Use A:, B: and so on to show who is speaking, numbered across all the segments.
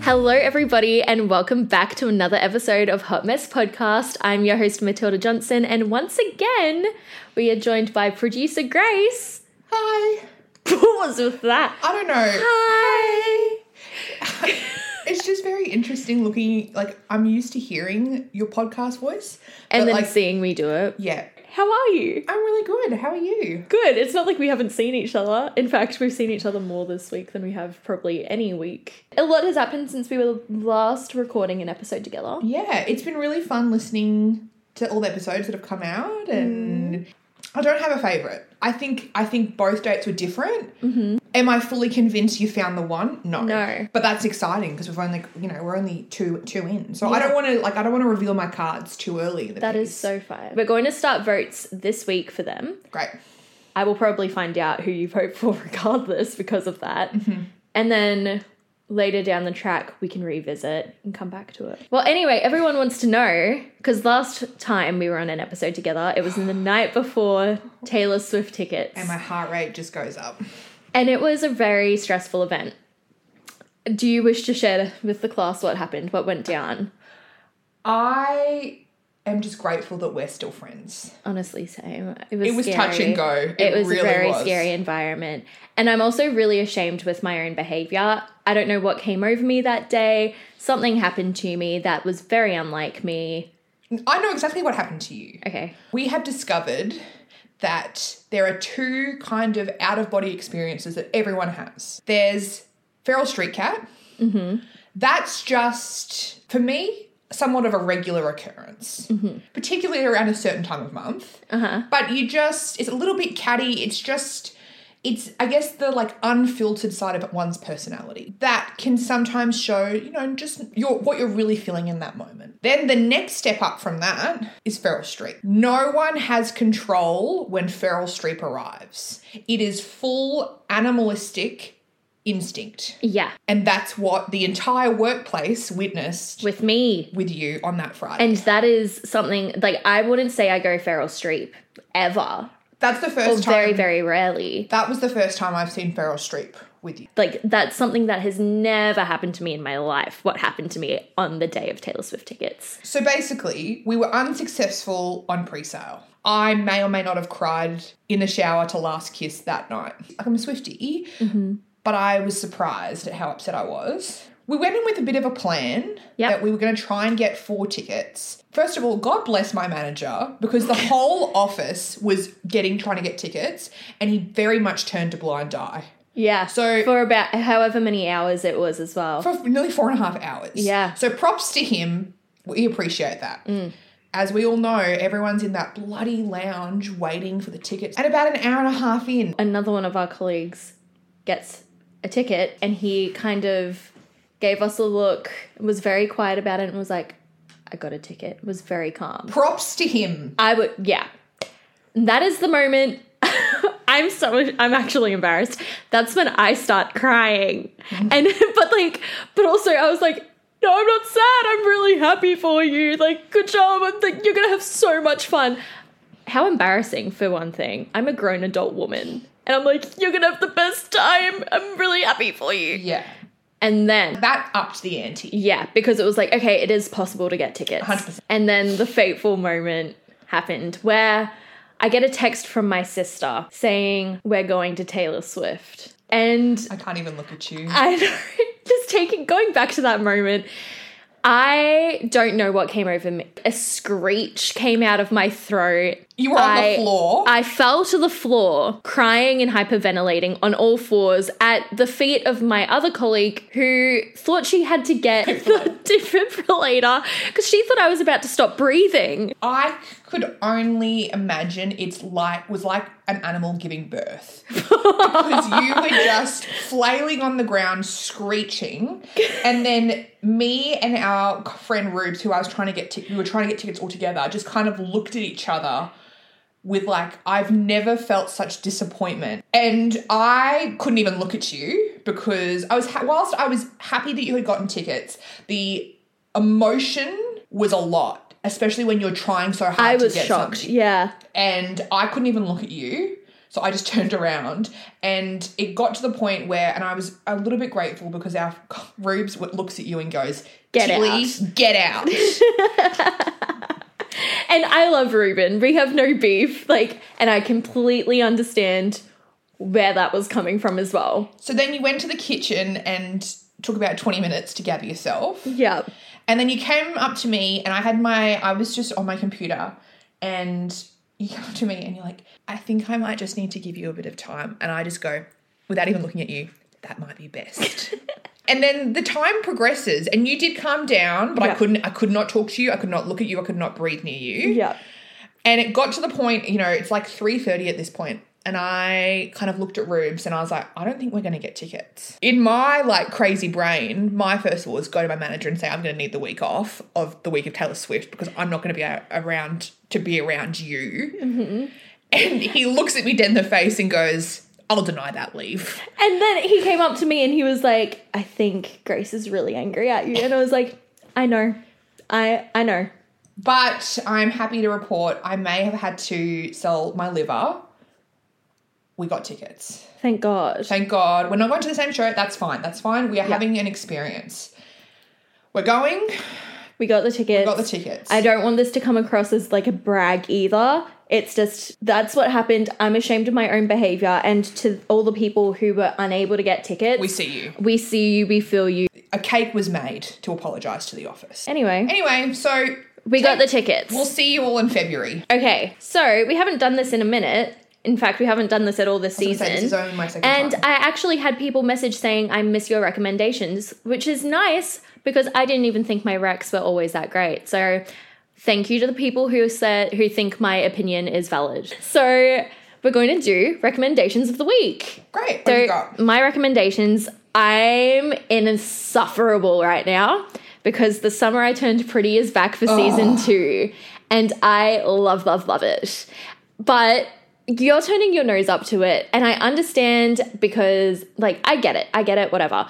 A: Hello, everybody, and welcome back to another episode of Hot Mess Podcast. I'm your host, Matilda Johnson, and once again, we are joined by producer Grace.
B: Hi.
A: What was with that?
B: I don't know.
A: Hi.
B: It's just very interesting looking. Like I'm used to hearing your podcast voice,
A: And
B: but,
A: then
B: like,
A: seeing me do it.
B: yeah,
A: How are you?
B: I'm really good. How are you?
A: Good. It's not like we haven't seen each other. In fact, we've seen each other more this week than we have probably any week. A lot has happened since we were last recording an episode together.
B: Yeah, it's been really fun listening to all the episodes that have come out,
A: Mm.
B: and I don't have a favorite. I think I think both dates were different. Mm-hmm. Am I fully convinced you found the one? No,
A: No.
B: But that's exciting because we've only you know we're only two two in, so I don't want to like I don't want to reveal my cards too early. in the
A: That is
B: piece.
A: so fun. We're going to start votes this week for them.
B: great.
A: I will probably find out who you vote for regardless because of that. And then later down the track, we can revisit and come back to it. Well, anyway, everyone wants to know because last time we were on an episode together, it was the night before Taylor Swift tickets.
B: And my heart rate just goes up.
A: And it was a very stressful event. Do you wish to share with the class what happened, what went down?
B: I am just grateful that we're still friends.
A: Honestly, same. It was,
B: It was
A: scary.
B: touch and go. It
A: It, was a
B: really
A: very
B: was.
A: scary environment. And I'm also really ashamed with my own behavior. I don't know what came over me that day. Something happened to me that was very unlike me.
B: I know exactly what happened to you.
A: Okay.
B: We have discovered that there are two kind of out of body experiences that everyone has. There's feral street cat. That's just for me somewhat of a regular occurrence, particularly around a certain time of month.
A: Uh-huh.
B: But you just it's a little bit catty. It's just it's I guess the like unfiltered side of one's personality that can sometimes show you know just your what you're really feeling in that moment. Then the next step up from that is feral streep. No one has control when feral streep arrives. It is full animalistic instinct,
A: Yeah.
B: and that's what the entire workplace witnessed
A: With me.
B: with you on that Friday.
A: And that is something like I wouldn't say I go feral streep ever.
B: that's the first time.
A: Very, very rarely.
B: that was the first time I've seen feral streep with you.
A: Like that's something that has never happened to me in my life. What happened to me on the day of Taylor Swift tickets.
B: So basically, we were unsuccessful on pre sale. I may or may not have cried in the shower to Last Kiss that night. Like, I'm a Swifty, but I was surprised at how upset I was. We went in with a bit of a plan
A: Yep.
B: that we were going to try and get four tickets. First of all, God bless my manager because the whole office was getting trying to get tickets and he very much turned a blind eye
A: Yeah.
B: So-
A: for about however many hours it was as well.
B: for nearly four and a half hours.
A: Yeah. Mm.
B: So props to him. We appreciate that. As we all know, everyone's in that bloody lounge waiting for the tickets. And about an hour and a half in,
A: another one of our colleagues gets a ticket and he kind of gave us a look, was very quiet about it and was like, I got a ticket, was very calm.
B: props to him.
A: I would, yeah. That is the moment. I'm so I'm actually embarrassed. That's when I start crying. And but like but also I was like no, I'm not sad. I'm really happy for you. Like good job. I'm like you're going to have so much fun. How embarrassing for one thing. I'm a grown adult woman and I'm like you're going to have the best time. I'm really happy for you.
B: Yeah.
A: And then
B: That upped the ante.
A: yeah, because it was like, okay, it is possible to get tickets.
B: 100%.
A: And then the fateful moment happened where I get a text from my sister saying, We're going to Taylor Swift. And
B: I can't even look at you.
A: I know, just taking, going back to that moment, I don't know what came over me. A screech came out of my throat.
B: You were on the floor.
A: I fell to the floor, crying and hyperventilating on all fours at the feet of my other colleague who thought she had to get the defibrillator because she thought I was about to stop breathing.
B: I could only imagine it's like was like an animal giving birth. because you were just flailing on the ground screeching and then me and our friend Rubes who I was trying to get t- we were trying to get tickets all together just kind of looked at each other with like I've never felt such disappointment and I couldn't even look at you because I was ha- whilst I was happy that you had gotten tickets the emotion was a lot especially when you're trying so hard
A: I was
B: to get
A: shocked.
B: something
A: Yeah.
B: and I couldn't even look at you. So I just turned around and it got to the point where, and I was a little bit grateful because our Rubes w- looks at you and goes,
A: Get
B: "Tilly, Get out.
A: And I love Ruben. We have no beef. Like, and I completely understand where that was coming from as well.
B: so then you went to the kitchen and took about 20 minutes to gather yourself.
A: Yeah.
B: And then you came up to me and I had my, I was just on my computer and you come up to me and you're like, I think I might just need to give you a bit of time. And I just go, without even looking at you, that might be best. and then the time progresses and you did calm down, but I
A: Yeah.
B: couldn't, I could not talk to you. I could not look at you. I could not breathe near you.
A: Yeah.
B: And it got to the point, you know, it's like 3.30 at this point, And I kind of looked at Rubes and I was like, I don't think we're going to get tickets. In my like crazy brain, my first thought was go to my manager and say, I'm going to need the week off of the week of Taylor Swift because I'm not going to be a- around to be around you. And he looks at me dead in the face and goes, I'll deny that leave.
A: And then he came up to me and he was like, I think Grace is really angry at you. And I was like, I know. I I know.
B: But I'm happy to report I may have had to sell my liver. We got tickets.
A: Thank God.
B: Thank God. We're not going to the same show. That's fine. That's fine. We are having an experience. We're going.
A: We got the tickets.
B: Got the tickets.
A: I don't want this to come across as like a brag either. It's just that's what happened. I'm ashamed of my own behavior and to all the people who were unable to get tickets.
B: we see you.
A: we see you, we feel you.
B: A cake was made to apologise to the office.
A: Anyway,
B: Anyway, so
A: we got the tickets.
B: we'll see you all in February.
A: Okay, so we haven't done this in a minute. In fact, we haven't done this at all this
B: I was
A: season.
B: gonna say, this is only my second
A: and
B: time.
A: I actually had people message saying, I miss your recommendations, which is nice because I didn't even think my recs were always that great. So thank you to the people who said who think my opinion is valid. So we're going to do recommendations of the week.
B: Great. What
A: So
B: have you got?
A: my recommendations, I'm insufferable right now because the summer I turned pretty is back for season
B: Oh.
A: two, and I love, love, love it. But you're turning your nose up to it, and I understand because, like, I get it, I get it, whatever.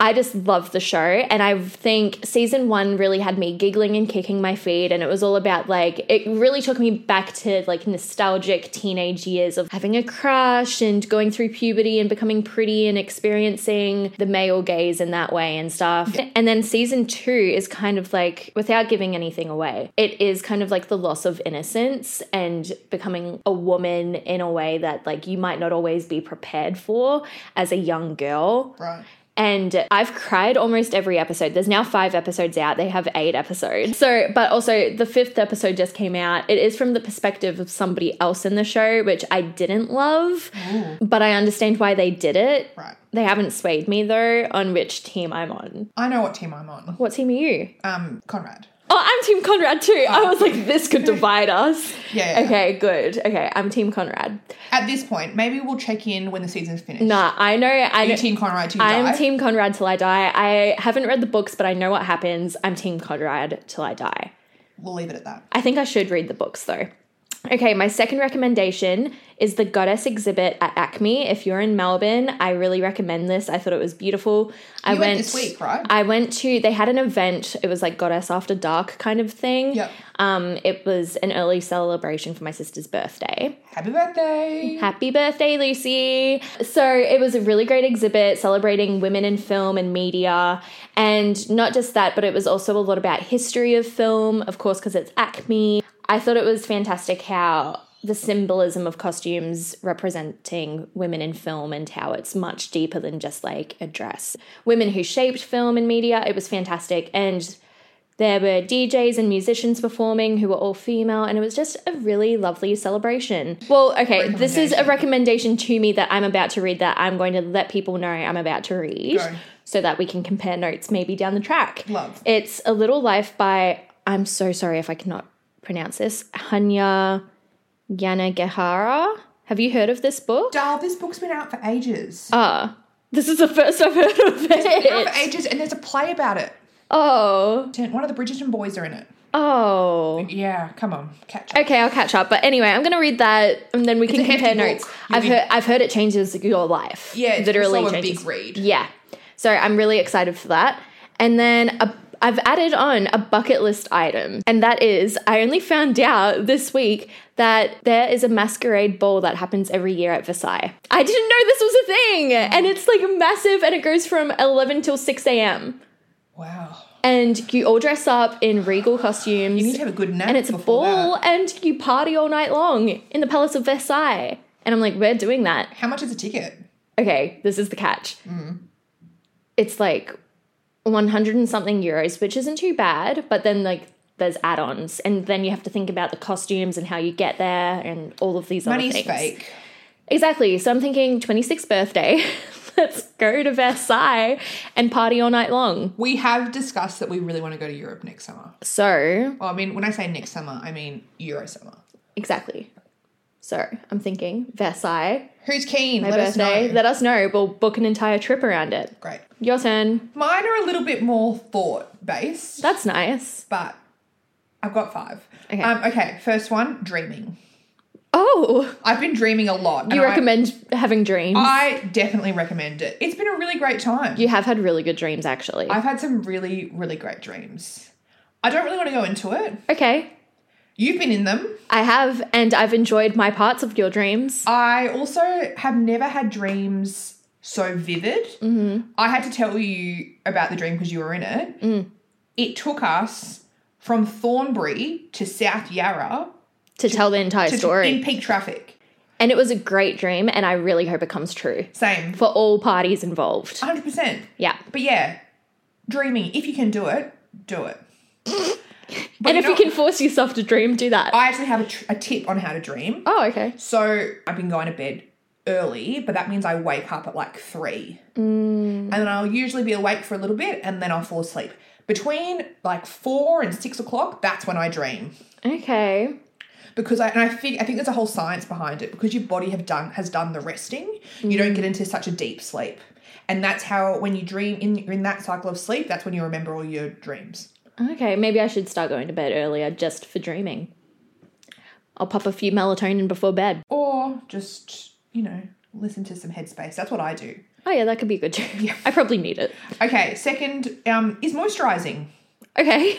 A: I just love the show, and I think season one really had me giggling and kicking my feet, and it was all about like it really took me back to like nostalgic teenage years of having a crush and going through puberty and becoming pretty and experiencing the male gaze in that way and stuff. And then season two is kind of like without giving anything away, it is kind of like the loss of innocence and becoming a woman in a way that like you might not always be prepared for as a young girl.
B: Right.
A: And I've cried almost every episode. There's now five episodes out. They have eight episodes. So, but also the fifth episode just came out. It is from the perspective of somebody else in the show, which I didn't love, but I understand why they did it.
B: Right.
A: They haven't swayed me though on which team I'm on.
B: I know what team I'm on.
A: What team are you?
B: Um, Conrad.
A: Oh, I'm Team Conrad too. I was like, this could divide us.
B: Yeah, yeah.
A: Okay, good. Okay, I'm Team Conrad.
B: At this point, maybe we'll check in when the season's finished.
A: Nah, I know. I
B: Are you
A: know.
B: team Conrad, team
A: I am
B: Dive?
A: Team Conrad till I die. I haven't read the books, but I know what happens. I'm Team Conrad till I die.
B: We'll leave it at that.
A: I think I should read the books though. Okay, my second recommendation is the Goddess exhibit at Acme. If you're in Melbourne, I really recommend this. I thought it was beautiful. I
B: You went this week, right?
A: I went to they had an event. It was like Goddess After Dark kind of thing.
B: Yep.
A: Um, it was an early celebration for my sister's birthday.
B: Happy birthday.
A: Happy birthday, Lucy. So it was a really great exhibit celebrating women in film and media. And not just that, but it was also a lot about history of film, of course, because it's Acme. I thought it was fantastic how the symbolism of costumes representing women in film and how it's much deeper than just like a dress. Women who shaped film and media, it was fantastic. And there were DJs and musicians performing who were all female, and it was just a really lovely celebration. Well, okay, this is a recommendation to me that I'm about to read that I'm going to let people know I'm about to read
B: Go.
A: so that we can compare notes maybe down the track.
B: Love.
A: It's A Little Life by, I'm so sorry if I cannot pronounce this, Hanya Yanagihara. Have you heard of this book?
B: Dal, this book's been out for ages.
A: Ah, this is the first I've heard of
B: out for
A: it.
B: ages, and there's a play about it.
A: Oh,
B: One of the Bridgerton boys are in it.
A: Oh.
B: Yeah, come on, catch up.
A: Okay, I'll catch up. But anyway, I'm going to read that and then we can
B: a hefty
A: compare
B: book.
A: notes.
B: You
A: I've
B: can-
A: heard I've heard it changes your life.
B: Yeah, it's
A: literally
B: also a
A: changes.
B: big read.
A: Yeah. So I'm really excited for that. And then a, I've added on a bucket list item, and that is I only found out this week that there is a masquerade ball that happens every year at Versailles. I didn't know this was a thing, and it's like massive, and it goes from 11 till 6 a.m.
B: Wow,
A: And you all dress up in regal costumes.
B: you need to have a good nap.
A: and it's a
B: before that.
A: ball, and you party all night long in the Palace of Versailles. And I'm like, we're doing that
B: How much is a ticket?
A: okay, this is the catch.
B: Mm-hmm.
A: It's like 100 and something euros, which isn't too bad, but then like there's add-ons and then you have to think about the costumes and how you get there and all of these
B: Money's
A: other things.
B: fake.
A: Exactly. So I'm thinking 26th birthday. Let's go to Versailles and party all night long.
B: We have discussed that we really want to go to Europe next summer.
A: So,
B: Well, I mean, when I say next summer, I mean Euro summer.
A: exactly. So, I'm thinking Versailles,
B: Who's keen?
A: my
B: Let
A: birthday.
B: us know.
A: Let us know. We'll book an entire trip around it.
B: Great.
A: Your turn.
B: Mine are a little bit more thought based,
A: That's nice.
B: but I've got five.
A: Okay.
B: Um, okay. First one, dreaming.
A: Oh.
B: I've been dreaming a lot. and
A: You
B: I-
A: recommend having dreams.
B: I, definitely recommend it. It's been a really great time.
A: you have had really good dreams, actually.
B: I've had some really, really great dreams. I don't really want to go into it.
A: okay.
B: You've been in them.
A: I have, and I've enjoyed my parts of your dreams.
B: I also have never had dreams so vivid.
A: Mm-hmm.
B: I had to tell you about the dream because you were in it.
A: Mm.
B: It took us from Thornbury to South Yarra
A: to tell the entire
B: to,
A: story.
B: in peak traffic.
A: and it was a great dream, and I really hope it comes true
B: Same,
A: for all parties involved.
B: 100%.
A: Yeah.
B: But yeah, dreaming, if you can do it, do it. But
A: and if you
B: know-
A: can force yourself to dream, do that.
B: I actually have a, tr- a tip on how to dream.
A: oh, okay.
B: So I've been going to bed early, but that means I wake up at like three. And then I'll usually be awake for a little bit and then I'll fall asleep. Between like four and six o'clock, that's when I dream.
A: Okay.
B: Because I and I think I think there's a whole science behind it. Because your body have done has done the resting, you don't get into such a deep sleep. And that's how when you dream in in that cycle of sleep, that's when you remember all your dreams.
A: Okay. Maybe I should start going to bed earlier just for dreaming. I'll pop a few melatonin before bed.
B: Or just, you know, listen to some headspace. That's what I do.
A: Oh, yeah, that could be a good dream. I probably need it.
B: Okay, second um, is moisturizing.
A: Okay.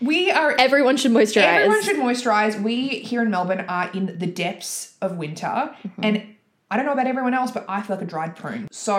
B: We are
A: Everyone should moisturize.
B: Everyone should moisturize. We here in Melbourne are in the depths of winter, and I don't know about everyone else, but I feel like a dried prune. So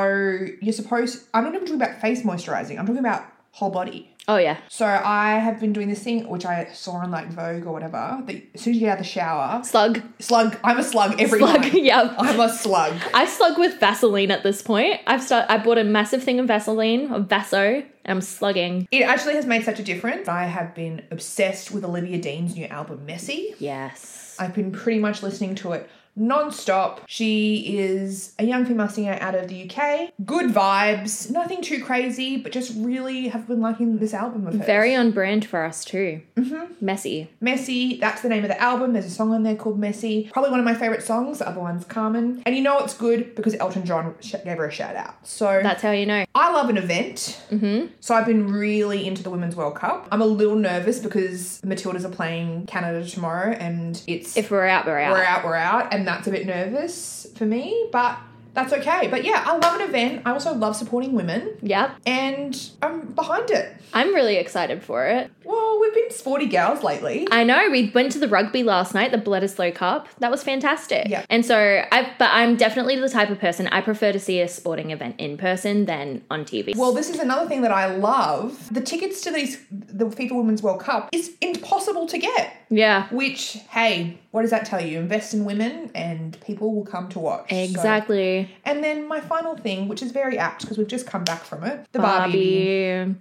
B: you're supposed. I'm not even talking about face moisturizing. I'm talking about whole body.
A: oh, yeah.
B: So I have been doing this thing which I saw on like Vogue or whatever. That as soon as you get out of the shower,
A: Slug.
B: slug. I'm a slug every
A: Slug.
B: night.
A: yeah.
B: I'm a slug.
A: I slug with Vaseline at this point. I've start, I bought a massive thing of Vaseline, of Vaso, and I'm slugging.
B: It actually has made such a difference. I have been obsessed with Olivia Dean's new album, Messy.
A: Yes.
B: I've been pretty much listening to it non-stop. She is a young female singer out of the UK. Good vibes, nothing too crazy, but just really have been liking this album of hers.
A: Very on brand for us too. Mm-hmm. Messy.
B: Messy, that's the name of the album. There's a song on there called Messy. Probably one of my favorite songs. The other one's Carmen. And you know it's good because Elton John sh- gave her a shout out. So
A: That's how you know.
B: I love an event. Mm-hmm. So I've been really into the Women's World Cup. I'm a little nervous because Matildas are playing Canada tomorrow and it's
A: If we're out, we're out.
B: we're out, we're out, and that's a bit nervous for me, but that's okay. But yeah, I love an event. I also love supporting women,
A: Yep.
B: and I'm behind it.
A: I'm really excited for it.
B: Well, we've been sporty gals lately.
A: I know we went to the rugby last night, the Bledisloe Cup. That was fantastic.
B: Yeah.
A: And so I but I'm definitely the type of person I prefer to see a sporting event in person than on TV.
B: Well, this is another thing that I love. The tickets to these the FIFA Women's World Cup is impossible to get.
A: yeah.
B: Which, hey, what does that tell you? Invest in women, and people will come to watch. So-
A: Exactly.
B: And then my final thing, which is very apt because we've just come back from it, the Barbie.
A: Barbie.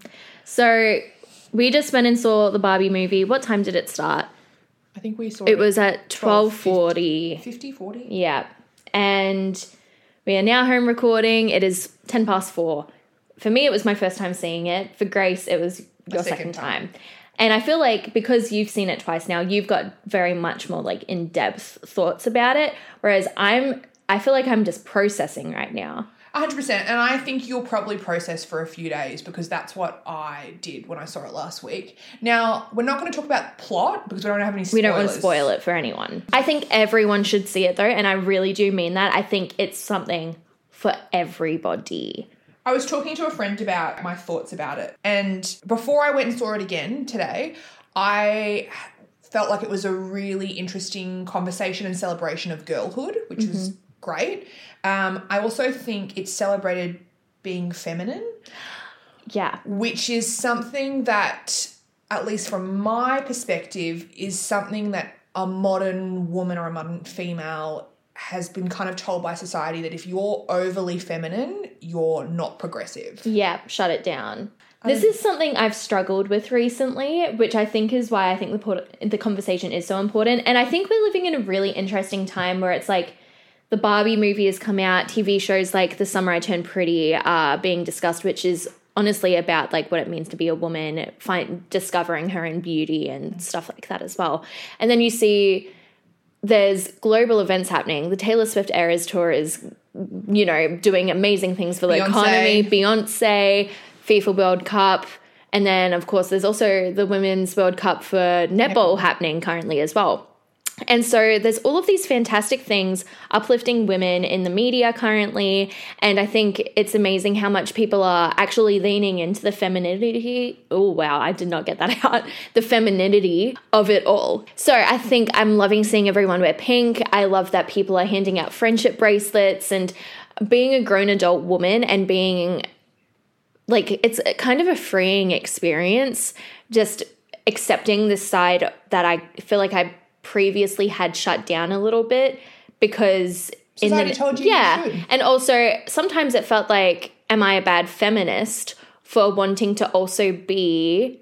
A: So we just went and saw the Barbie movie. What time did it start?
B: I think we saw
A: It was at twelve forty.
B: 50, 40.
A: Yeah, and we are now home recording. It is ten past four. For me, it was my first time seeing it. For Grace, it was your second,
B: second
A: time.
B: time.
A: And I feel like because you've seen it twice now, you've got very much more like in depth thoughts about it. Whereas I'm, I feel like I'm just processing right now.
B: 100%. And I think you'll probably process for a few days because that's what I did when I saw it last week. Now, we're not going to talk about plot because we don't have any spoilers.
A: We don't want to spoil it for anyone. I think everyone should see it though, and I really do mean that. I think it's something for everybody.
B: I was talking to a friend about my thoughts about it. And before I went and saw it again today, I felt like it was a really interesting conversation and celebration of girlhood, which
A: Mm-hmm.
B: was great. Um, I also think it celebrated being feminine,
A: Yeah.
B: which is something that, at least from my perspective, is something that a modern woman or a modern female has been kind of told by society that if you're overly feminine, you're not progressive.
A: Yeah, shut it down. This is something I've struggled with recently, which I think is why I think the pod- the conversation is so important. And I think we're living in a really interesting time where it's like the Barbie movie has come out, TV shows like The Summer I Turned Pretty are being discussed, which is honestly about like what it means to be a woman, find discovering her own beauty and stuff like that as well. And then you see there's global events happening. The Taylor Swift Eras Tour is, you know, doing amazing things for the
B: Beyonce.
A: economy. Beyonce, FIFA World Cup. And then, of course, there's also the Women's World Cup for netball happening currently as well. And so there's all of these fantastic things uplifting women in the media currently. And I think it's amazing how much people are actually leaning into the femininity. Oh, wow, I did not get that out. The femininity of it all. So I think I'm loving seeing everyone wear pink. I love that people are handing out friendship bracelets and being a grown adult woman and being like it's a- kind of a freeing experience just accepting this side that I feel like I previously had shut down a little bit because
B: Society told you you
A: yeah
B: should.
A: and also sometimes it felt like am I a bad feminist for wanting to also be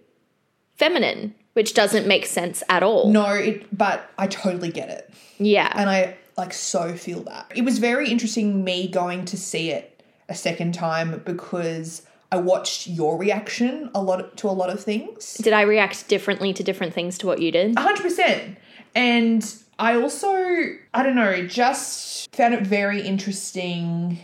A: feminine which doesn't make sense at all
B: No, it, but I totally get it.
A: yeah
B: And I like so feel that. It was very interesting me going to see it a second time because I watched your reaction a lot to a lot of things.
A: did I react differently to different things to what you did
B: 100%. And I also, I don't know, just found it very interesting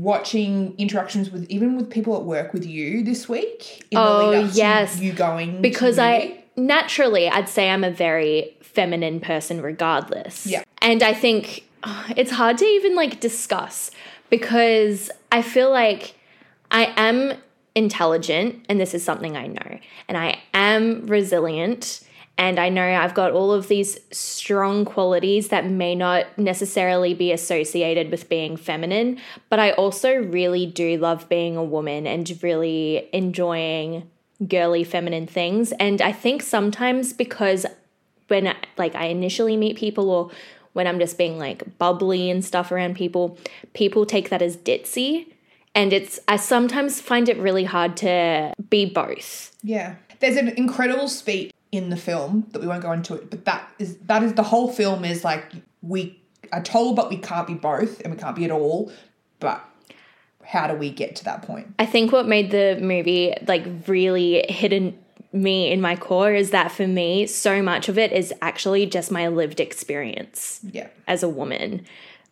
B: watching interactions with even with people at work with you this week in
A: Oh,
B: lead-up to
A: yes.
B: you going to
A: because
B: the
A: I
B: movie.
A: naturally I'd say I'm a very feminine person regardless.
B: Yeah.
A: And I think oh, it's hard to even like discuss because I feel like I am intelligent and this is something I know and I am resilient and I know I've got all of these strong qualities that may not necessarily be associated with being feminine, but I also really do love being a woman and really enjoying girly feminine things and i think sometimes because when I, like i initially meet people or when i'm just being like bubbly and stuff around people people take that as ditzy and it's i sometimes find it really hard to be both
B: Yeah. There's an incredible speech in the film that we won't go into it, but that is that is the whole film is like we are told but we can't be both and we can't be at all, but how do we get to that point?
A: i think what made the movie like really hidden me in my core is that for me so much of it is actually just my lived experience
B: Yeah.
A: as a woman.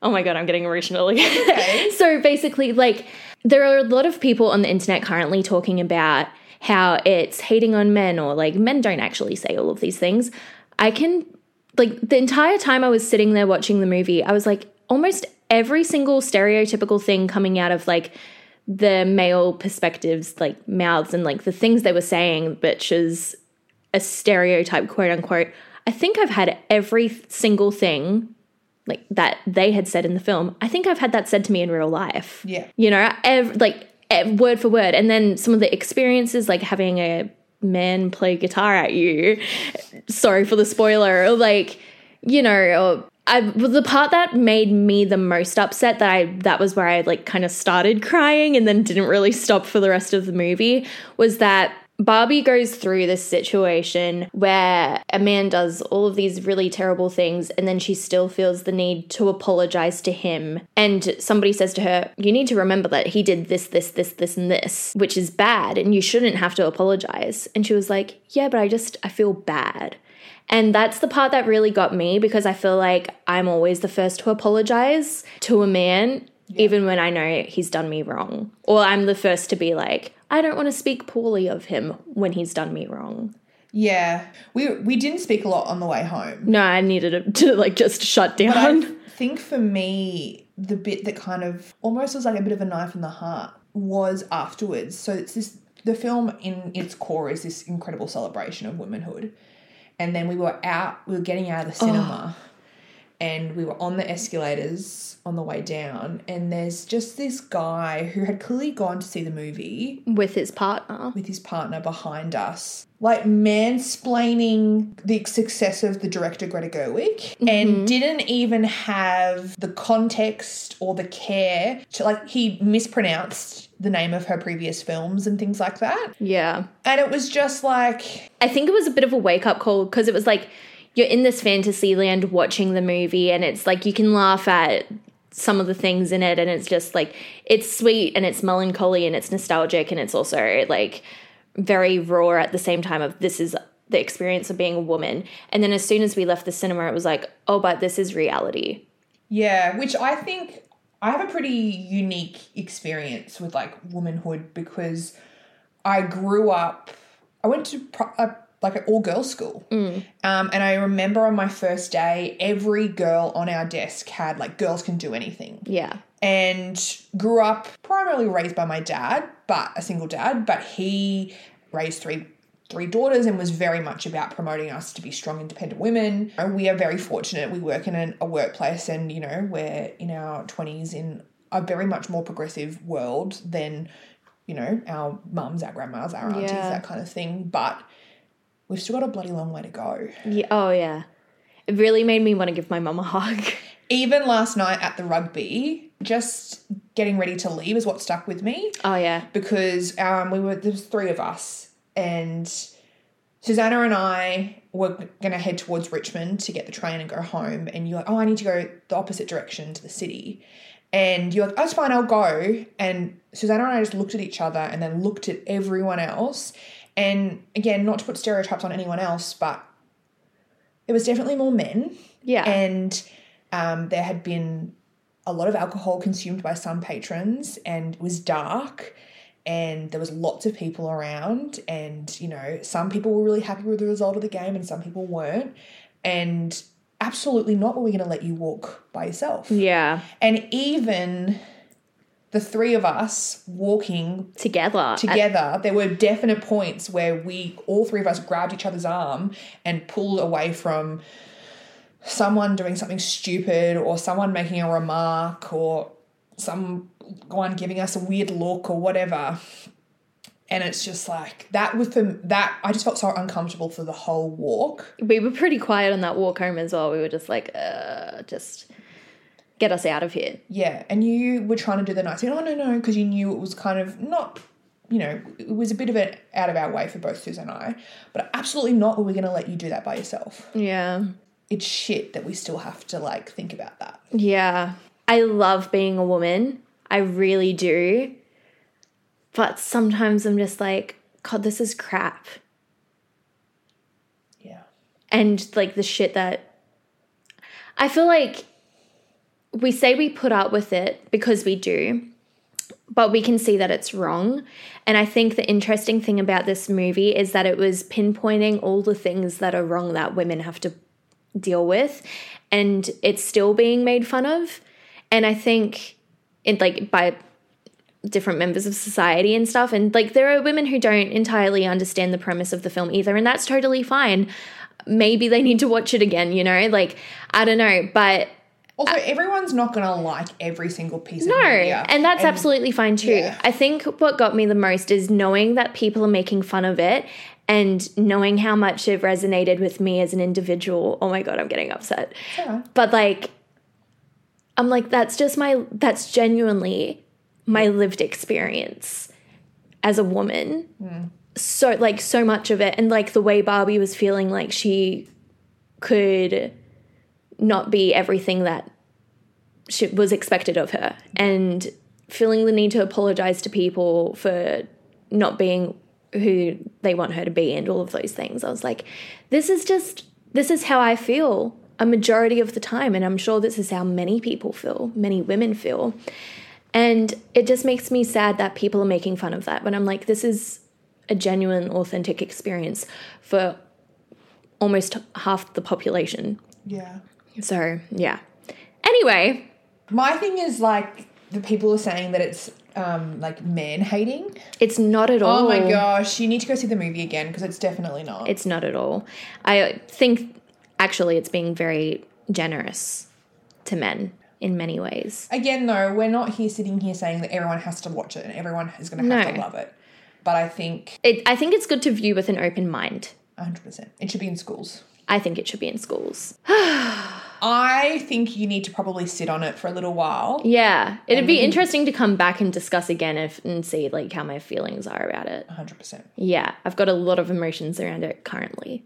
A: Oh my god, I'm getting emotional again. so basically, like there are a lot of people on the internet currently talking about how it's hating on men or like men don't actually say all of these things. I can like the entire time I was sitting there watching the movie, I was like almost every single stereotypical thing coming out of like the male perspectives, like mouths and like the things they were saying, which is a stereotype, quote unquote. I think I've had every single thing like that they had said in the film, I think I've had that said to me in real life.
B: Yeah.
A: You know, ev- like ev- word for word. And then some of the experiences, like having a man play guitar at you. Sorry for the spoiler. Or like, you know, or I well, the part that made me the most upset that I that was where I like kind of started crying and then didn't really stop for the rest of the movie was that Barbie goes through this situation where a man does all of these really terrible things and then she still feels the need to apologize to him. And somebody says to her, You need to remember that he did this, this, this, this, and this, which is bad and you shouldn't have to apologize. And she was like, Yeah, but I just, I feel bad. And that's the part that really got me because I feel like I'm always the first to apologize to a man even when I know he's done me wrong. Or I'm the first to be like, I don't want to speak poorly of him when he's done me wrong.
B: Yeah. We we didn't speak a lot on the way home.
A: No, I needed to, to like just shut
B: I
A: down.
B: think for me, the bit that kind of almost was like a bit of a knife in the heart was afterwards. So it's this the film in its core is this incredible celebration of womanhood. And then we were out, we were getting out of the cinema. And we were on the escalators on the way down, and there's just this guy who had clearly gone to see the movie,
A: With his partner.
B: with his partner behind us, like mansplaining the success of the director Greta Gerwig, and didn't even have the context or the care to like he mispronounced the name of her previous films and things like that.
A: Yeah.
B: And it was just like,
A: I think it was a bit of a wake up call because it was like you're in this fantasy land watching the movie and it's like you can laugh at some of the things in it and it's just like it's sweet and it's melancholy and it's nostalgic and it's also like very raw at the same time of this is the experience of being a woman and then as soon as we left the cinema it was like oh but this is reality
B: yeah, which I think I have a pretty unique experience with like womanhood because I grew up, I went to pro- uh, like an all girls school. Um, and I remember on my first day, every girl on our desk had like girls can do anything.
A: yeah
B: And grew up primarily raised by my dad, but a single dad, but he raised three three daughters and was very much about promoting us to be strong independent women. And we are very fortunate. We work in an, a workplace and you know, we're in our 20s in a very much more progressive world than you know, our mums, our grandmas, our aunties,
A: Yeah.
B: that kind of thing, but we've still got a bloody long way to go.
A: yeah oh yeah it really made me want to give my mum a hug
B: even last night at the rugby, just getting ready to leave is what stuck with me
A: oh yeah
B: because um, we were there's three of us and Susanna and I were going to head towards Richmond to get the train and go home. And you're like, oh, I need to go the opposite direction to the city. And you're like, oh, it's fine, I'll go. And Susanna and I just looked at each other and then looked at everyone else. And again, not to put stereotypes on anyone else, but there was definitely more men
A: yeah
B: and um, there had been a lot of alcohol consumed by some patrons and it was dark and there was lots of people around and you know some people were really happy with the result of the game and some people weren't and absolutely not were we going to let you walk by yourself
A: yeah
B: and even the three of us walking
A: together
B: together, there were definite points where we all three of us grabbed each other's arm and pulled away from someone doing something stupid or someone making a remark or someone giving us a weird look or whatever. And it's just like that was for that I just felt so uncomfortable for the whole walk.
A: we were pretty quiet on that walk home as well. We were just like, uh, just get us out of here.
B: Yeah, and you were trying to do the nice thing. Oh no, no, because you knew it was kind of not, you know, it was a bit of an out of our way for both Susan and I. But absolutely not were we going to let you do that by yourself.
A: Yeah.
B: It's shit that we still have to like think about that.
A: Yeah. I love being a woman. I really do. But sometimes I'm just like, God, this is crap.
B: Yeah,
A: And like the shit that I feel like we say we put up with it because we do, but we can see that it's wrong. And I think the interesting thing about this movie is that it was pinpointing all the things that are wrong that women have to deal with, and it's still being made fun of. And I think, it like by different members of society and stuff, and like there are women who don't entirely understand the premise of the film either, and that's totally fine. Maybe they need to watch it again, you know? Like, I don't know, but
B: Also, everyone's not going to like every single piece
A: no,
B: of media.
A: and that's absolutely fine too.
B: Yeah.
A: I think what got me the most is knowing that people are making fun of it and knowing how much it resonated with me as an individual. Oh my god, I'm getting upset.
B: alright.
A: But like I'm like that's just my that's genuinely my lived experience as a woman. So like so much of it and like the way Barbie was feeling like she could not be everything that she was expected of her and feeling the need to apologize to people for not being who they want her to be and all of those things. I was like, this is just this is how I feel a majority of the time and I'm sure this is how many people feel, many women feel. And it just makes me sad that people are making fun of that when I'm like, this is a genuine, authentic experience for almost half the population.
B: Yeah.
A: So, yeah. Anyway,
B: My thing is like the people are saying that it's um like man hating.
A: it's not at all.
B: Oh my gosh, you need to go see the movie again because it's definitely not.
A: It's not at all. I think actually it's being very generous to men in many ways.
B: again though, we're not here sitting here saying that everyone has to watch it and everyone is going to have
A: No.
B: to love it. But I think
A: It, I think it's good to view with an open mind.
B: 100% it should be in schools.
A: I think it should be in schools.
B: I think you need to probably sit on it for a little while.
A: Yeah, it'd be interesting to come back and discuss again if, and see like how my feelings are about it.
B: 100%.
A: Yeah, I've got a lot of emotions around it currently.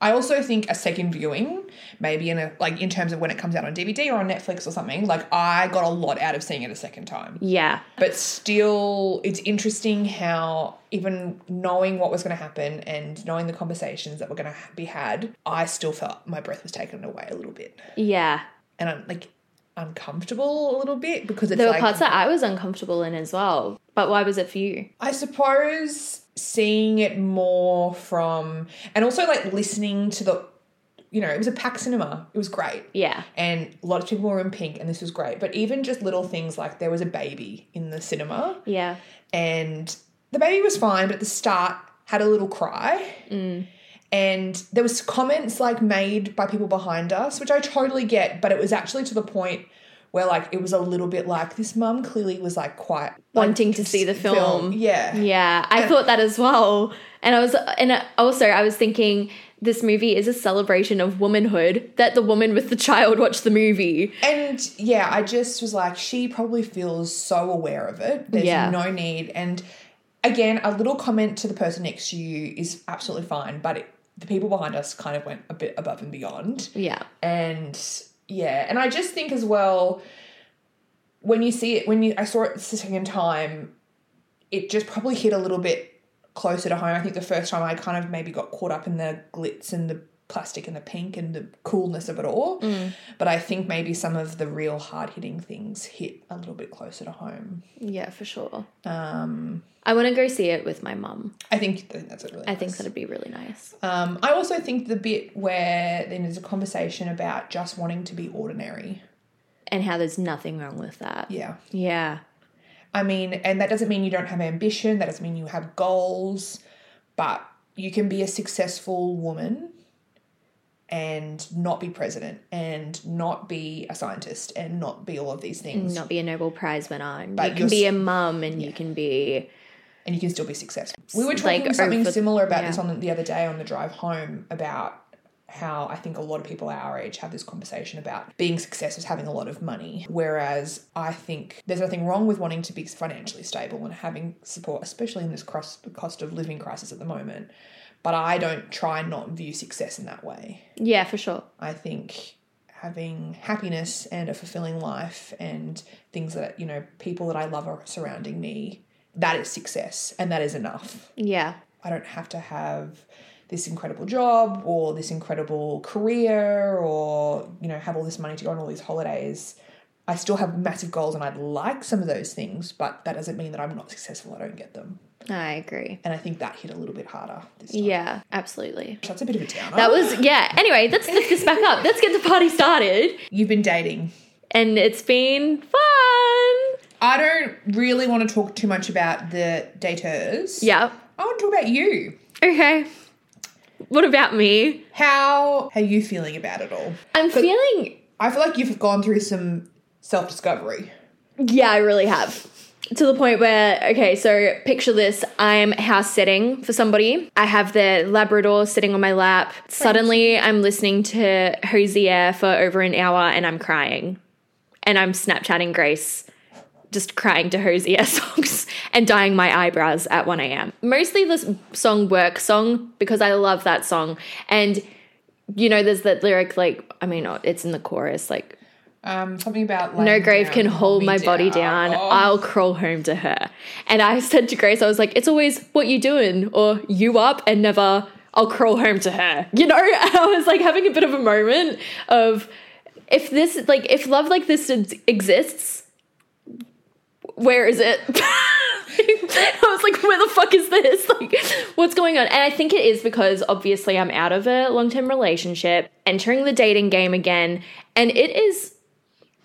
B: I also think a second viewing, maybe in a like in terms of when it comes out on DVD or on Netflix or something, like I got a lot out of seeing it a second time.
A: Yeah,
B: But still, it's interesting how even knowing what was going to happen and knowing the conversations that were going to be had, I still felt my breath was taken away a little bit,
A: yeah.
B: and I'm like uncomfortable a little bit because it's
A: There were
B: like
A: parts that I was uncomfortable in as well. But why was it for you?
B: I suppose seeing it more from and also like listening to the, you know, it was a packed cinema. It was great.
A: Yeah,
B: and lots of people were in pink and this was great but even just little things like there was a baby in the cinema
A: yeah,
B: and the baby was fine but at the start had a little cry and there was comments like made by people behind us which i totally get but it was actually to the point where like it was a little bit like this mum clearly was like quite like,
A: Wanting to see the film.
B: yeah
A: yeah. I thought that as well. And I was, and I- also I was thinking this movie is a celebration of womanhood that the woman with the child watched the movie.
B: And yeah, I just was like, she probably feels so aware of it. There's
A: Yeah.
B: no need. And again, a little comment to the person next to you is absolutely fine, but it, the people behind us kind of went a bit above and beyond.
A: Yeah,
B: And yeah, and I just think as well, when you see it, when you I saw it the second time, it just probably hit a little bit closer to home. I think the first time I kind of maybe got caught up in the glitz and the plastic and the pink and the coolness of it all.
A: Mm.
B: But I think maybe some of the real hard hitting things hit a little bit closer to home.
A: yeah, for sure.
B: Um,
A: I want to go see it with my mum.
B: I think I think that's it really.
A: I think
B: nice.
A: that'd be really nice.
B: Um, I also think the bit where then there's a conversation about just wanting to be ordinary.
A: And how there's nothing wrong with that.
B: Yeah.
A: Yeah.
B: I mean, and that doesn't mean you don't have ambition, that doesn't mean you have goals, but you can be a successful woman and not be president and not be a scientist and not be all of these things.
A: Not be a Nobel Prize winner. and
B: But
A: you can
B: you're
A: be a mum and you can be
B: And you can still be successful. We were
A: Like,
B: talking something
A: over-
B: similar about this
A: yeah.
B: on the, the other day on the drive home about how I think a lot of people our age have this conversation about being successful is having a lot of money. Whereas I think there's nothing wrong with wanting to be financially stable and having support, especially in this cross, cost of living crisis at the moment. But I don't try and not view success in that way.
A: Yeah, for sure.
B: I think having happiness and a fulfilling life and things that, you know, people that I love are surrounding me, that is success and that is enough.
A: Yeah.
B: I don't have to have this incredible job or this incredible career or, you know, have all this money to go on all these holidays. I still have massive goals and I'd like some of those things, but that doesn't mean that I'm not successful. I don't get them.
A: I agree.
B: And I think that hit a little bit harder this time.
A: Yeah, absolutely.
B: That's a bit of a downer.
A: That was yeah. Anyway, let's lift this back up. Let's get the party started.
B: You've been dating.
A: And it's been fun.
B: I don't really want to talk too much about the daters.
A: Yeah.
B: I want to talk about you.
A: Okay. What about me?
B: How are you feeling about it all?
A: I'm feeling
B: I feel like you've gone through some self discovery.
A: Yeah, I really have. To the point where, okay, so picture this I'm house sitting for somebody. I have their Labrador sitting on my lap. Suddenly, I'm listening to Hosier for over an hour and I'm crying. And I'm Snapchatting Grace, just crying to Hosier songs and dyeing my eyebrows at 1 a.m. Mostly this song, Work Song, because I love that song. And, you know, there's that lyric, like, I mean, it's in the chorus, like,
B: Um, something about
A: no grave can hold my body down.
B: Oh.
A: Oh. I'll crawl home to her. And I said to Grace, I was like, it's always what you doing or you up and never I'll crawl home to her. You know? And I was like having a bit of a moment of if this like if love like this ex- exists, where is it? I was like, where the fuck is this? Like, what's going on? And I think it is because obviously I'm out of a long term relationship, entering the dating game again, and it is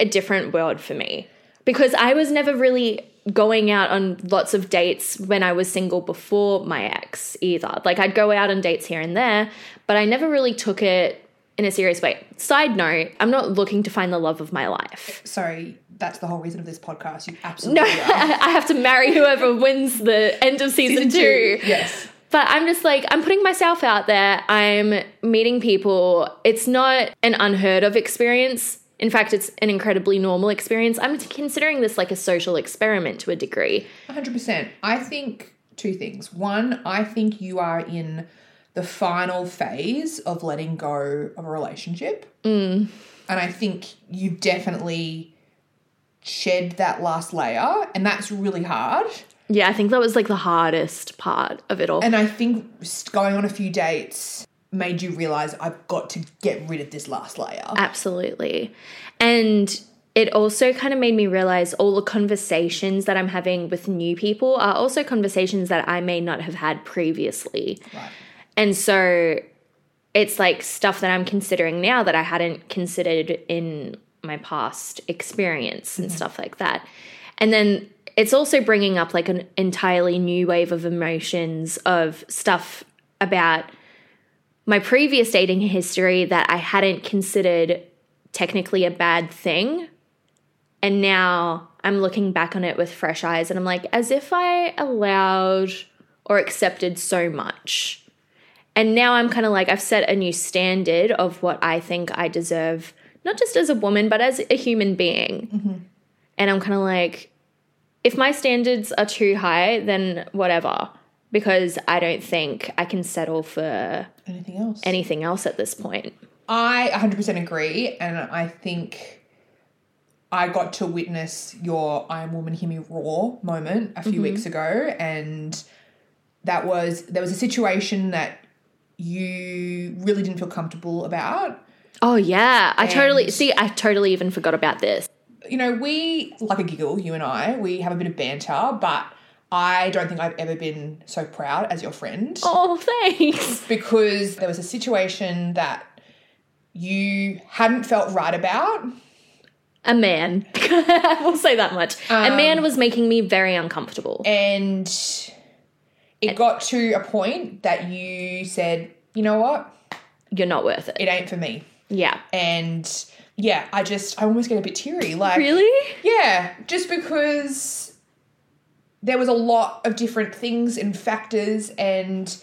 A: a different world for me because I was never really going out on lots of dates when I was single before my ex either. Like, I'd go out on dates here and there, but I never really took it in a serious way. Side note, I'm not looking to find the love of my life.
B: Sorry, that's the whole reason of this podcast. You
A: No,
B: absolutely are.
A: I have to marry whoever wins the end of season, two.
B: Yes.
A: But I'm just like, I'm putting myself out there. I'm meeting people. It's not an unheard of experience. In fact, it's an incredibly normal experience. I'm considering this like a social experiment to a degree.
B: 100%. I think two things. One, I think you are in the final phase of letting go of a relationship. And I think you definitely shed that last layer, and that's really hard.
A: Yeah, I think that was like the hardest part of it all.
B: And I think s- going on a few dates made you realize I've got to get rid of this last layer.
A: Absolutely. And it also kind of made me realize all the conversations that I'm having with new people are also conversations that I may not have had previously.
B: Right.
A: And so it's like stuff that I'm considering now that I hadn't considered in my past experience and stuff like that. And then it's also bringing up like an entirely new wave of emotions of stuff about my previous dating history that I hadn't considered technically a bad thing. And now I'm looking back on it with fresh eyes and I'm like, as if I allowed or accepted so much. And now I'm kind of like, I've set a new standard of what I think I deserve, not just as a woman, but as a human being. And I'm kind of like, if my standards are too high, then whatever, because I don't think I can settle for
B: Anything else?
A: anything else at this point.
B: I 100% agree, and I think I got to witness your "I Am Woman, Hear Me Roar" moment a few weeks ago, and that was there was a situation that you really didn't feel comfortable about.
A: Oh yeah, I totally
B: And-
A: see. I totally even forgot about this.
B: You know, we like a giggle, you and I. We have a bit of banter, but I don't think I've ever been so proud as your friend.
A: Oh thanks.
B: because there was a situation that you hadn't felt right about
A: A man. Um, I will say that much. a man was making me very uncomfortable.
B: and it got to a point that you said, you know what,
A: You're not worth it.
B: it ain't for me.
A: Yeah.
B: And yeah, I just, I almost get a bit teary. Like,
A: Really?
B: yeah, just because there was a lot of different things and factors, and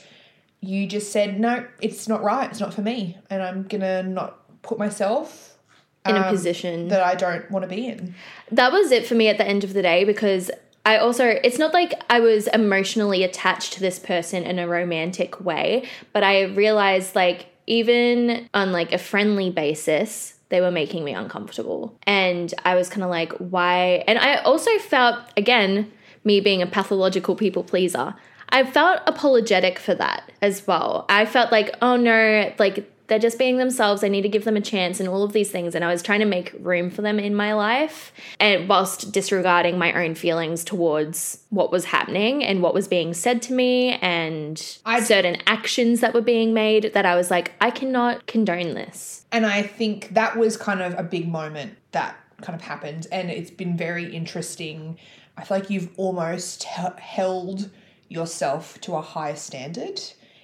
B: you just said, no, it's not right, it's not for me, and I'm gonna not put myself
A: In a
B: um,
A: position.
B: that I don't want to be in.
A: that was it for me at the end of the day because I also, it's not like I was emotionally attached to this person in a romantic way, but I realized like even on like a friendly basis, they were making me uncomfortable. And I was kind of like, why? And I also felt, again, me being a pathological people pleaser, I felt apologetic for that as well. I felt like, oh no, like they're just being themselves. I need to give them a chance and all of these things. And I was trying to make room for them in my life and whilst disregarding my own feelings towards what was happening and what was being said to me and
B: I-
A: certain actions that were being made that I was like, I cannot condone this.
B: And I think that was kind of a big moment that kind of happened. And it's been very interesting. I feel like you've almost he- held yourself to a higher standard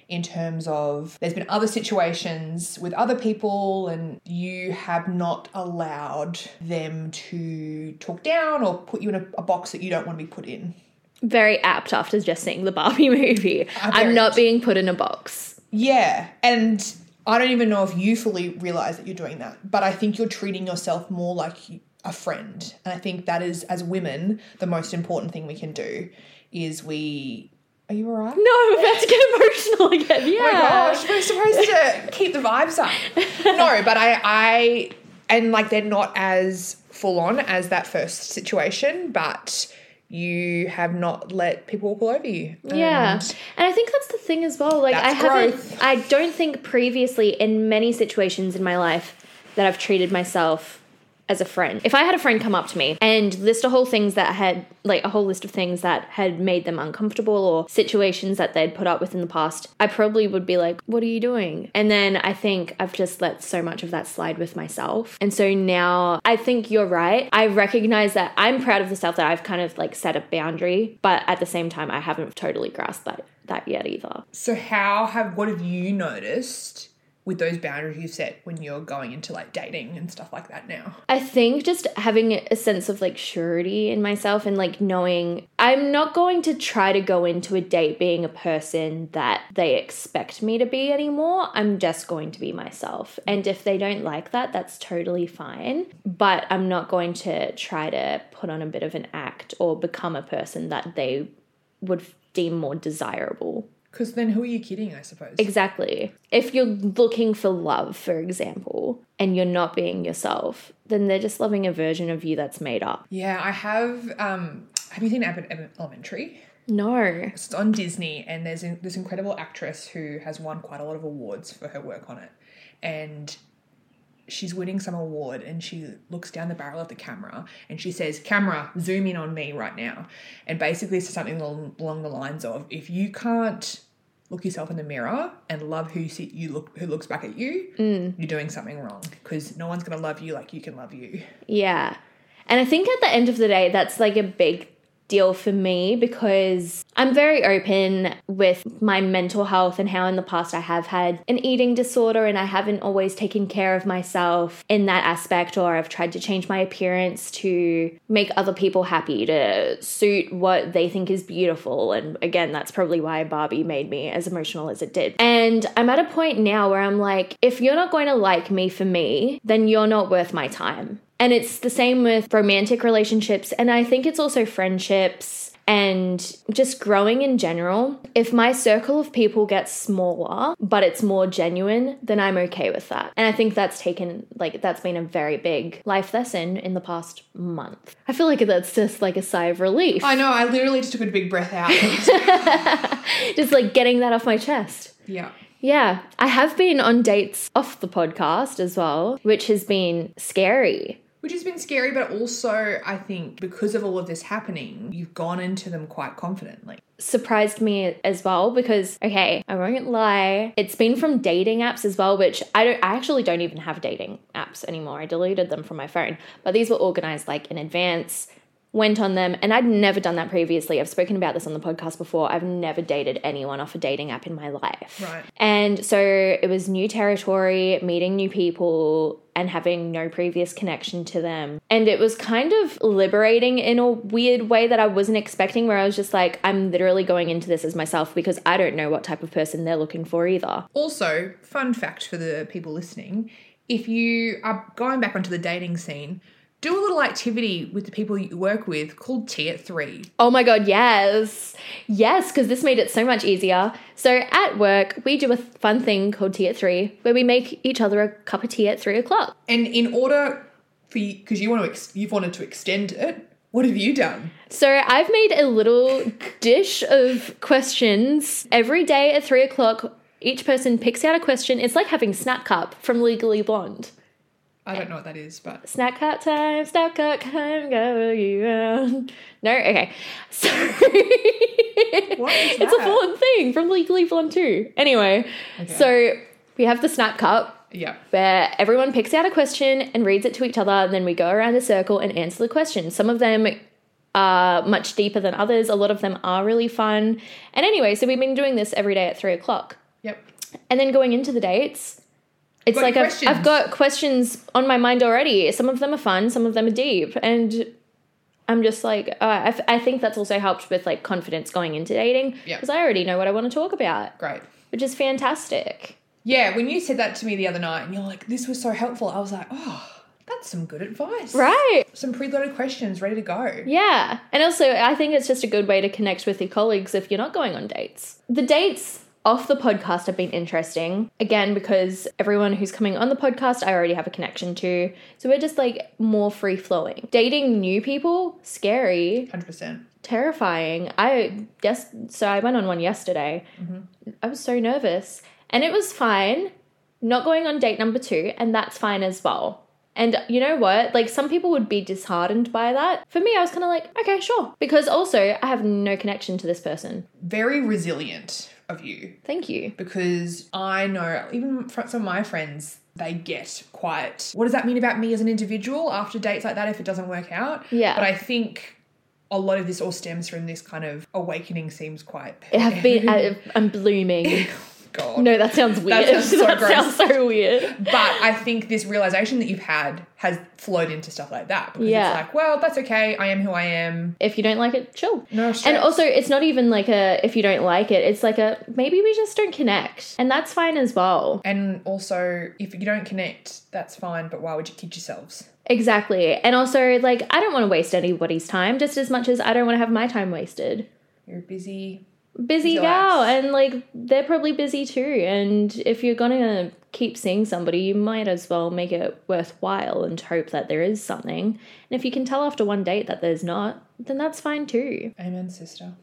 B: in terms of there's been other situations with other people, and you have not allowed them to talk down or put you in a, a box that you don't want to be put in.
A: Very apt after just seeing the Barbie movie. I'm
B: very
A: not
B: apt.
A: being put in a box.
B: Yeah. And I don't even know if you fully realize that you're doing that, but I think you're treating yourself more like a friend. And I think that is, as women, the most important thing we can do is we. Are you all right?
A: No, I'm about to get emotional again. Yeah.
B: Oh my gosh, we're supposed to keep the vibes up. No, but I, I, and like they're not as full on as that first situation, but you have not let people walk all over you.
A: Yeah.
B: And
A: And I think that's the thing as well. Like I
B: That's
A: haven't
B: growth.
A: I don't think previously in many situations in my life that I've treated myself as a friend. If I had a friend come up to me and list a whole things that had like a whole list of things that had made them uncomfortable or situations that they'd put up with in the past, I probably would be like, "What are you doing?" And then I think I've just let so much of that slide with myself. And so now I think you're right. I recognize that I'm proud of the self that I've kind of like set a boundary, but at the same time I haven't totally grasped that that yet either.
B: So how have what have you noticed with those boundaries you've set when you're going into like dating and stuff like that now?
A: I think just having a sense of like surety in myself and like knowing I'm not going to try to go into a date being a person that they expect me to be anymore. I'm just going to be myself. And if they don't like that, that's totally fine. But I'm not going to try to put on a bit of an act or become a person that they would deem more desirable.
B: Because then who are you kidding, I suppose?
A: Exactly. If you're looking for love, for example, and you're not being yourself, then they're just loving a version of you that's made up.
B: yeah, I have um have you seen Abbott Ele- Elementary?
A: No.
B: It's on Disney, and there's in, this incredible actress who has won quite a lot of awards for her work on it. And she's winning some award, and she looks down the barrel of the camera and she says, Camera, zoom in on me right now. And basically, says something along, along the lines of if you can't look yourself in the mirror and love who see, you look who looks back at you you're doing something wrong because no one's going to love you like you can love you
A: Yeah. And I think at the end of the day, that's like a big deal for me because I'm very open with my mental health and how in the past I have had an eating disorder and I haven't always taken care of myself in that aspect, or I've tried to change my appearance to make other people happy, to suit what they think is beautiful. And again, that's probably why Barbie made me as emotional as it did. And I'm at a point now where I'm like, if you're not going to like me for me, then you're not worth my time. And it's the same with romantic relationships. And I think it's also friendships and just growing in general. If my circle of people gets smaller, but it's more genuine, then I'm okay with that. And I think that's taken, like, that's been a very big life lesson in the past month. I feel like that's just like a sigh of relief.
B: i know i literally just took a big breath out
A: just like getting that off my chest.
B: yeah
A: Yeah, I have been on dates off the podcast as well, which has been scary.
B: Which has been scary, but also I think because of all of this happening, you've gone into them quite confidently.
A: surprised me as well because okay i won't lie it's been from dating apps as well which i don't i actually don't even have dating apps anymore i deleted them from my phone but these were organized like in advance went on them and i'd never done that previously i've spoken about this on the podcast before i've never dated anyone off a dating app in my life
B: Right.
A: and so it was new territory, meeting new people and having no previous connection to them. And it was kind of liberating in a weird way that I wasn't expecting, where I was just like, I'm literally going into this as myself because I don't know what type of person they're looking for either.
B: Also, fun fact for the people listening if you are going back onto the dating scene, do a little activity with the people you work with called Tea at Three.
A: Oh my God, yes. Yes, because this made it so much easier. So at work, we do a fun thing called tea at three, where we make each other a cup of tea at three o'clock.
B: And in order for you, because you want to, ex- you've wanted to extend it, what have you done?
A: So I've made a little dish of questions every day at three o'clock. Each person picks out a question. It's like having snack cup from Legally Blonde.
B: I don't know what that is, but
A: Snack cup time, snack cup time, go you round. No, okay. So
B: is
A: it's a
B: that?
A: full thing from Legally Blonde too. Anyway, so we have the snack cup
B: yeah.
A: where everyone picks out a question and reads it to each other, and then we go around a circle and answer the question. Some of them are much deeper than others, a lot of them are really fun. And anyway, so we've been doing this every day at three o'clock.
B: Yep.
A: And then going into the dates, it's
B: Got
A: like I've,
B: questions.
A: I've got questions on my mind already. Some of them are fun, some of them are deep. And I'm just like, uh, I, f- I think that's also helped with like confidence going into dating
B: Yeah.
A: because I already know what I want to talk about,
B: Great.
A: which is fantastic.
B: Yeah, when you said that to me the other night and you're like, this was so helpful, I was like, oh, that's some good advice.
A: Right.
B: Some preloaded questions ready to go.
A: Yeah. And also, I think it's just a good way to connect with your colleagues if you're not going on dates. The dates off the podcast have been interesting. Again, because everyone who's coming on the podcast, I already have a connection to. So we're just like more free flowing. Dating new people, scary,
B: 100%.
A: terrifying. I yes, so I went on one yesterday.
B: Mm-hmm.
A: I was so nervous, and it was fine. Not going on date number two, and that's fine as well. And you know what? Like some people would be disheartened by that. For me, I was kind of like, okay, sure. Because also, I have no connection to this person.
B: Very resilient of you
A: Thank you.
B: because I know even from some of my friends, they get quite. What does that mean about me as an individual after dates like that if it doesn't work out?
A: Yeah.
B: But I think a lot of this all stems from this kind of awakening. Seems quite.
A: I have been, I, I'm blooming.
B: God.
A: No, that sounds weird. That
B: sounds so gross.
A: sounds so weird.
B: But I think this realization that you've had has flowed into stuff like that. Because
A: Yeah.
B: it's like, well, that's okay. I am who I am.
A: If you don't like it, chill.
B: No
A: And
B: stress.
A: also, it's not even like a if you don't like it, it's like a maybe we just don't connect. And that's fine as well.
B: And also, if you don't connect, that's fine. But why would you kid yourselves?
A: Exactly. And also, like, I don't want to waste anybody's time just as much as I don't want to have my time wasted.
B: You're busy.
A: Busy
B: Relax.
A: gal. And like, they're probably busy too. And if you're going to keep seeing somebody, you might as well make it worthwhile and hope that there is something. And if you can tell after one date that there's not, then that's fine too. Mm.
B: Amen, sister.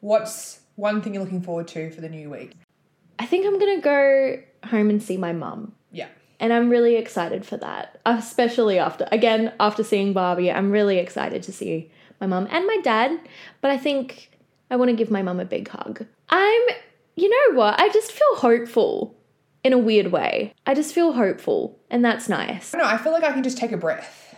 B: What's one thing you're looking forward to for the new week?
A: I think I'm gonna go home and see my mum.
B: Yeah.
A: And I'm really excited for that. Especially after, again, after seeing Barbie, I'm really excited to see my mum and my dad. But I think I wanna give my mum a big hug. I'm, you know what? I just feel hopeful in a weird way. I just feel hopeful, and that's nice.
B: I don't know. I feel like I can just take a breath.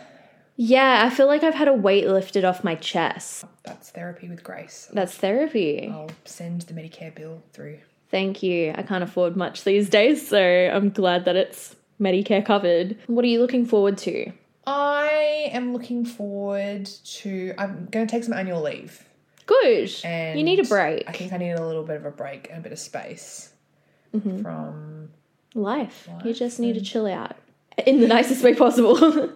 A: Yeah, I feel like I've had a weight lifted off my chest.
B: That's therapy with grace.
A: That's therapy.
B: I'll send the Medicare bill through.
A: Thank you. I can't afford much these days, so I'm glad that it's Medicare covered. What are you looking forward to?
B: I am looking forward to. I'm going to take some annual leave.
A: Good.
B: and
A: you need a break.
B: I think I need a little bit of a break and a bit of space from
A: Life. You just need to chill out in the nicest way possible.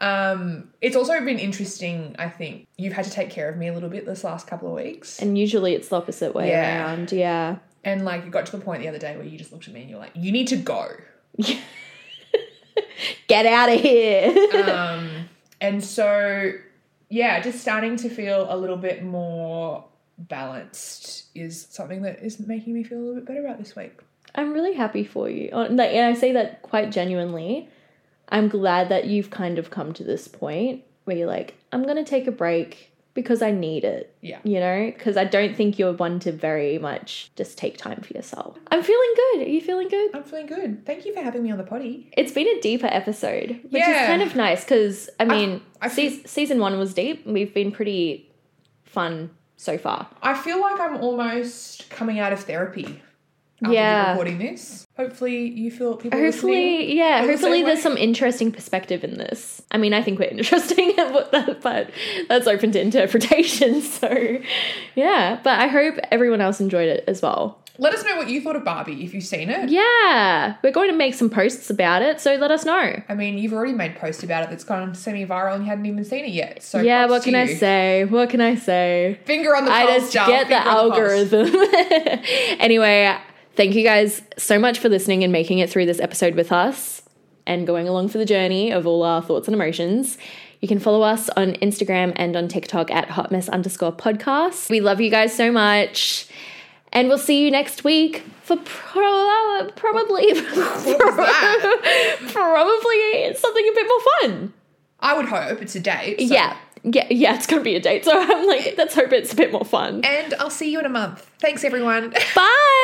B: um it's also been interesting I think you've had to take care of me a little bit this last couple of weeks and,
A: and usually it's the opposite way
B: Yeah.
A: around. Yeah.
B: like you got to the point the other day where you just looked at me and you're like you need to go
A: Get out of here.
B: um and so yeah just starting to feel a little bit more balanced is something that is making me feel a little bit better about this week
A: I'm really happy for you. Oh, Like, and I say that quite genuinely. I'm glad that you've kind of come to this point where you're like, I'm going to take a break because I need it.
B: Yeah.
A: You know, because I don't think you're one to very much just take time for yourself. I'm feeling good. Are you feeling good?
B: I'm feeling good thank you for having me on the potty
A: It's been a deeper episode, which is
B: Yeah.
A: kind of nice because I mean,
B: I
A: se-
B: feel-
A: season one was deep. We've been pretty fun so far.
B: I feel like I'm almost coming out of therapy after
A: Yeah.
B: recording this. Hopefully, you feel people listening.
A: Hopefully, yeah.
B: feel the
A: Hopefully,
B: same
A: there's
B: way?
A: some interesting perspective in this. I mean, I think we're interesting, but, that, but that's open to interpretation. So, yeah. But I hope everyone else enjoyed it as well.
B: Let us know what you thought of Barbie if you've seen it.
A: Yeah, we're going to make some posts about it. So let us know.
B: I mean, you've already made posts about it that's gone semi-viral and you hadn't even seen it yet. So
A: yeah.
B: props
A: What
B: to
A: can I
B: you.
A: say? What can I say?
B: Finger on the
A: I just
B: pulse, Jar,
A: get the
B: finger on pulse.
A: algorithm. anyway, thank you guys so much for listening and making it through this episode with us and going along for the journey of all our thoughts and emotions. You can follow us on Instagram and on TikTok at hotmess underscore podcast. We love you guys so much. And we'll see you next week for pro- probably
B: was that?
A: probably something a bit more fun.
B: I would hope it's a date. so-
A: Yeah. Yeah, yeah, it's gonna be a date. So I'm like, let's hope it's a bit more fun.
B: And I'll see you in a month. Thanks, everyone.
A: Bye!